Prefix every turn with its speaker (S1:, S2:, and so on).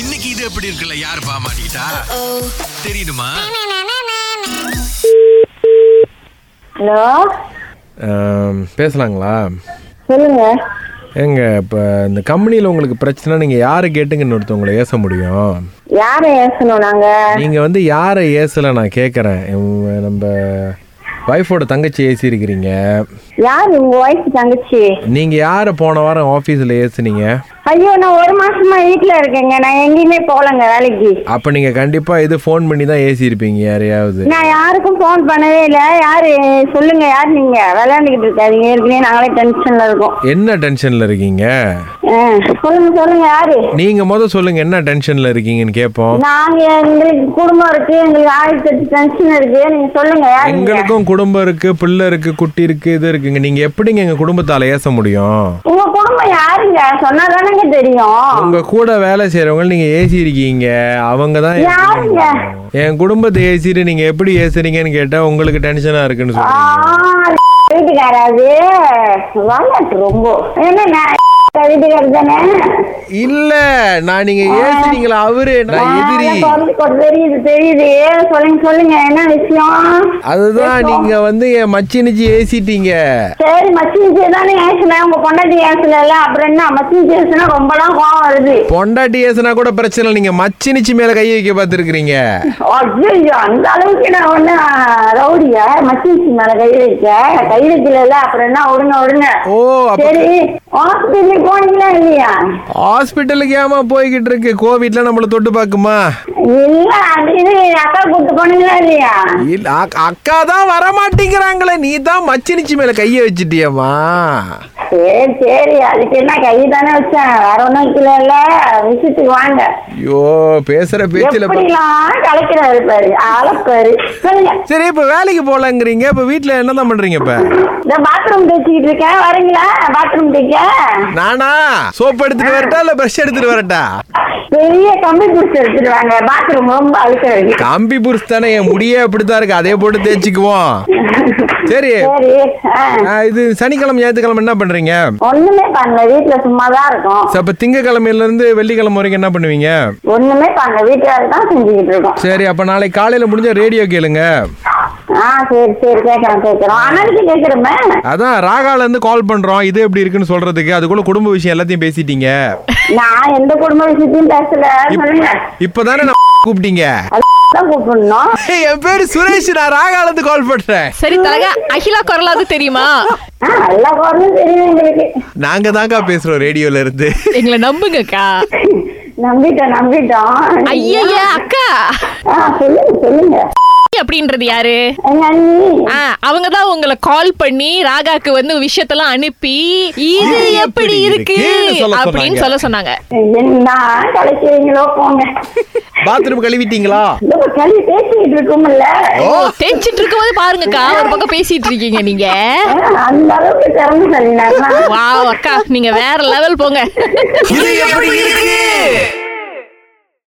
S1: இன்னைக்கு இது எப்படி இருக்குல்ல யார் பாமாட்டா தெரியுமா
S2: ஹலோ
S3: ஆம், பேசலாங்களா
S2: சொல்லுங்க
S3: ஏங்க இப்போ இந்த கம்பெனியில் உங்களுக்கு பிரச்சனை நீங்கள் யாரை கேட்டுங்கன்னு ஒருத்தவங்களை ஏச முடியும்
S2: யாரை ஏசணும் நாங்க
S3: நீங்கள் வந்து யாரை ஏசலை நான் கேட்குறேன் நம்ம ஒய்ஃபோட தங்கச்சி ஏசியிருக்கிறீங்க
S2: யார் உங்க ஒய்ஃப் தங்கச்சி
S3: நீங்கள் யாரை போன வாரம் ஆஃபீஸில் ஏசுனீங்க
S2: ஐயோ நான் ஒரு மாசமா வீட்ல இருக்கேங்க நான் எங்கேயுமே போகலங்க வேலைக்கு
S3: அப்போ நீங்கள் கண்டிப்பாக இது ஃபோன் பண்ணி தான் ஏசியிருப்பீங்க யாரையாவது
S2: நான் யாருக்கும் ஃபோன் பண்ணவே இல்ல யாரு சொல்லுங்க யார் நீங்க விளையாண்டுகிட்டு இருக்காதீங்க ஏற்கனவே நாங்களே டென்ஷன்ல இருக்கோம்
S3: என்ன டென்ஷனில் இருக்கீங்க
S2: ஆ, சொல்லுங்க சொல்லுங்க யாரு
S3: நீங்கள் முத சொல்லுங்கள் என்ன டென்ஷனில் இருக்கீங்கன்னு கேட்போம்
S2: நாங்க எங்களுக்கு குடும்பம் இருக்கு எங்களுக்கு ஆயிரத்தி எட்டு டென்ஷன் இருக்கு நீங்க சொல்லுங்க யாரு நீங்க?
S3: எங்களுக்கும் குடும்பம் இருக்கு பிள்ளை இருக்கு குட்டி இருக்கு இது இருக்குங்க நீங்க எப்படிங்க எங்க குடும்பத்தால ஏச முடியும்
S2: உங்க குடும்பம் யாருங்க சொன்னா தானங்க தெரியும்
S3: உங்க கூட வேலை செய்யறவங்க நீங்க ஏசி இருக்கீங்க அவங்க தான்
S2: யாருங்க
S3: என் குடும்பத்தை ஏசிட்டு நீங்க எப்படி ஏசுறீங்கன்னு கேட்டா உங்களுக்கு டென்ஷனா இருக்குன்னு
S2: ஆ,
S3: சொல்லுங்க
S2: வீட்டுக்காராது வாங்காட்டு ரொம்ப என்ன நான் வீட்டுக்காரர் தானே
S3: இல்ல நான் நீங்க ஏசுறீங்களா அவரு நான் எதிரி
S2: ஆ, குரல் கொ- தெரியுது தெரியுது சொல்லுங்க சொல்லுங்க என்ன விஷயம்
S3: அதுதான் நீங்க வந்து என் மச்சினிச்சு ஏசிட்டீங்க
S2: சரி மச்சிஞ்சே தானே ஏசுனேன் உங்க பொண்டாட்டி ஏசுனல அப்புறம் என்ன மச்சிஞ்சு ஏசுனா ரொம்பலாம் கோவம் வருது
S3: பொண்டாட்டி ஏசுனா கூட பிரச்சனை இல்ல. நீங்க மச்சினிச்சு மேல கை வைக்க பாத்துருக்கீங்க
S2: ஐயோ அந்த அளவுக்கு நான் ஒண்ணு ரவுடியா மச்சிஞ்சி மேல கை வைக்க கை வைக்கல அப்புறம் என்ன விடுங்க விடுங்க
S3: ஓ அப்ப
S2: சரி ஹாஸ்பிட்டலுக்கு போனீங்களா இல்லையா
S3: ஹாஸ்பிட்டலுக்கு ஏமா போய்கிட்டு இருக்கு கோவிட்ல நம்மள தொட்டு பாக்குமா
S2: இல்ல அது இது அக்கா கூட்டு போனீங்களா இல்லையா
S3: இல்ல அக்- அக்கா தான் வர மாட்டேங்கிறாங்களே நீ தான் மச்சினிச்சு மேல கைய வச்சிட்டியம்மா
S2: சரி சரி அதுக்கு என்ன கை தானே வச்சேன் வேற ஒண்ணும் வைக்கல விஷயத்துக்கு வாங்க
S3: ஐயோ பேசுற பேச்சுல பா-
S2: எப்படிலாம் கலைக்கிறாரு பாரு அளப்பாரு சொல்லுங்க
S3: சரி இப்ப வேலைக்கு போலாங்கிறீங்க இப்ப வீட்ல என்னதான் பண்றீங்க இப்ப
S2: இந்த பாத்ரூம் தேய்ச்சிக்கிட்டு இருக்கேன் வரீங்களா பாத்ரூம் தேய்க்க
S3: நானா சோப் எடுத்துட்டு வரட்டா இல்ல பிரஷ் எடுத்துட்டு வரட்டா
S2: பெரிய கம்பி பிடிச்சி எடுத்துட்டு வாங்க பாத்ரூம் ரொம்ப அழுக்க இருக்கு
S3: கம்பி புருஷ் தானே என் முடியே அப்படித்தான் இருக்கு அதே போட்டு தேய்ச்சிக்குவோம் சரி
S2: சரி ஆ.
S3: ஆ, இது சனிக்கிழமை ஞாயிற்றுக்கிழமை என்ன பண்றீங்க
S2: ஒண்ணுமே பண்ணல வீட்டுல சும்மாதான் இருக்கும்
S3: சரி, அப்ப திங்கக்கிழமையில இருந்து வெள்ளிக்கிழமை வரைக்கும் என்ன பண்ணுவீங்க
S2: ஒண்ணுமே பண்ணல வீட்டுல தான் செஞ்சுக்கிட்டு இருக்கோம்
S3: சரி அப்ப நாளைக்கு காலையில முடிஞ்ச ரேடியோ கேளுங்க
S2: ஆ சரி சரி கேட்கறோம் கேட்கறோம் அண்ணனுக்கு கேட்கறமே
S3: அதான் ராகால இருந்து கால் பண்றோம் இது எப்படி இருக்குன்னு சொல்றதுக்கு அதுக்குள்ள குடும்ப விஷயம் எல்லாத்தையும் பேசிட்டீங்க
S2: நான் எந்த குடும்ப விஷயத்தையும் பேசல சொல்லுங்க
S3: இப்பதானே நான் கூப்பிட்டீங்க
S2: தான் கூப்பிடணும்
S3: ஏய், என் பேரு சுரேஷ் நான் ராகால இருந்து கால் பண்றேன்
S4: சரி தலக அகிலா குரலாவது தெரியுமா
S2: ஆ எல்லா குரலும் தெரியும் எங்களுக்கு
S3: நாங்க தாங்க பேசுறோம் ரேடியோல இருந்து
S4: எங்களை நம்புங்கக்கா
S2: நம்பிட்டோம் நம்பிட்டோம்
S4: ஐயய்ய அக்கா
S2: ஆ சொல்லுங்க சொல்லுங்க
S4: அப்படின்றது யாரு
S2: எங்க அண்ணி
S4: ஆ, அவங்க தான் உங்களை கால் பண்ணி ராகாக்கு வந்து விஷயத்தெல்லாம் அனுப்பி இது எப்படி இருக்கு
S3: கேளு சொல்ல சொன்னாங்க.
S4: அப்படின்னு சொல்ல சொன்னாங்க
S2: என்ன கலைக்கிறீங்களோ போங்க
S3: பாத்ரூம் கழுவிட்டீங்களா
S2: இதோ களி பேசிக்கிட்டு இருக்கோம்ல
S3: ஓ
S4: தெரிஞ்சிட்டு இருக்கும் போது பாருங்கக்கா ஒரு பக்கம் பேசிட்டு இருக்கீங்க நீங்க
S2: ஆ, அந்த அளவுக்கு திறந்து சொல்லினாங்களா
S4: வாவ் அக்கா நீங்க வேற லெவல் போங்க
S1: இது எப்படி இருக்கு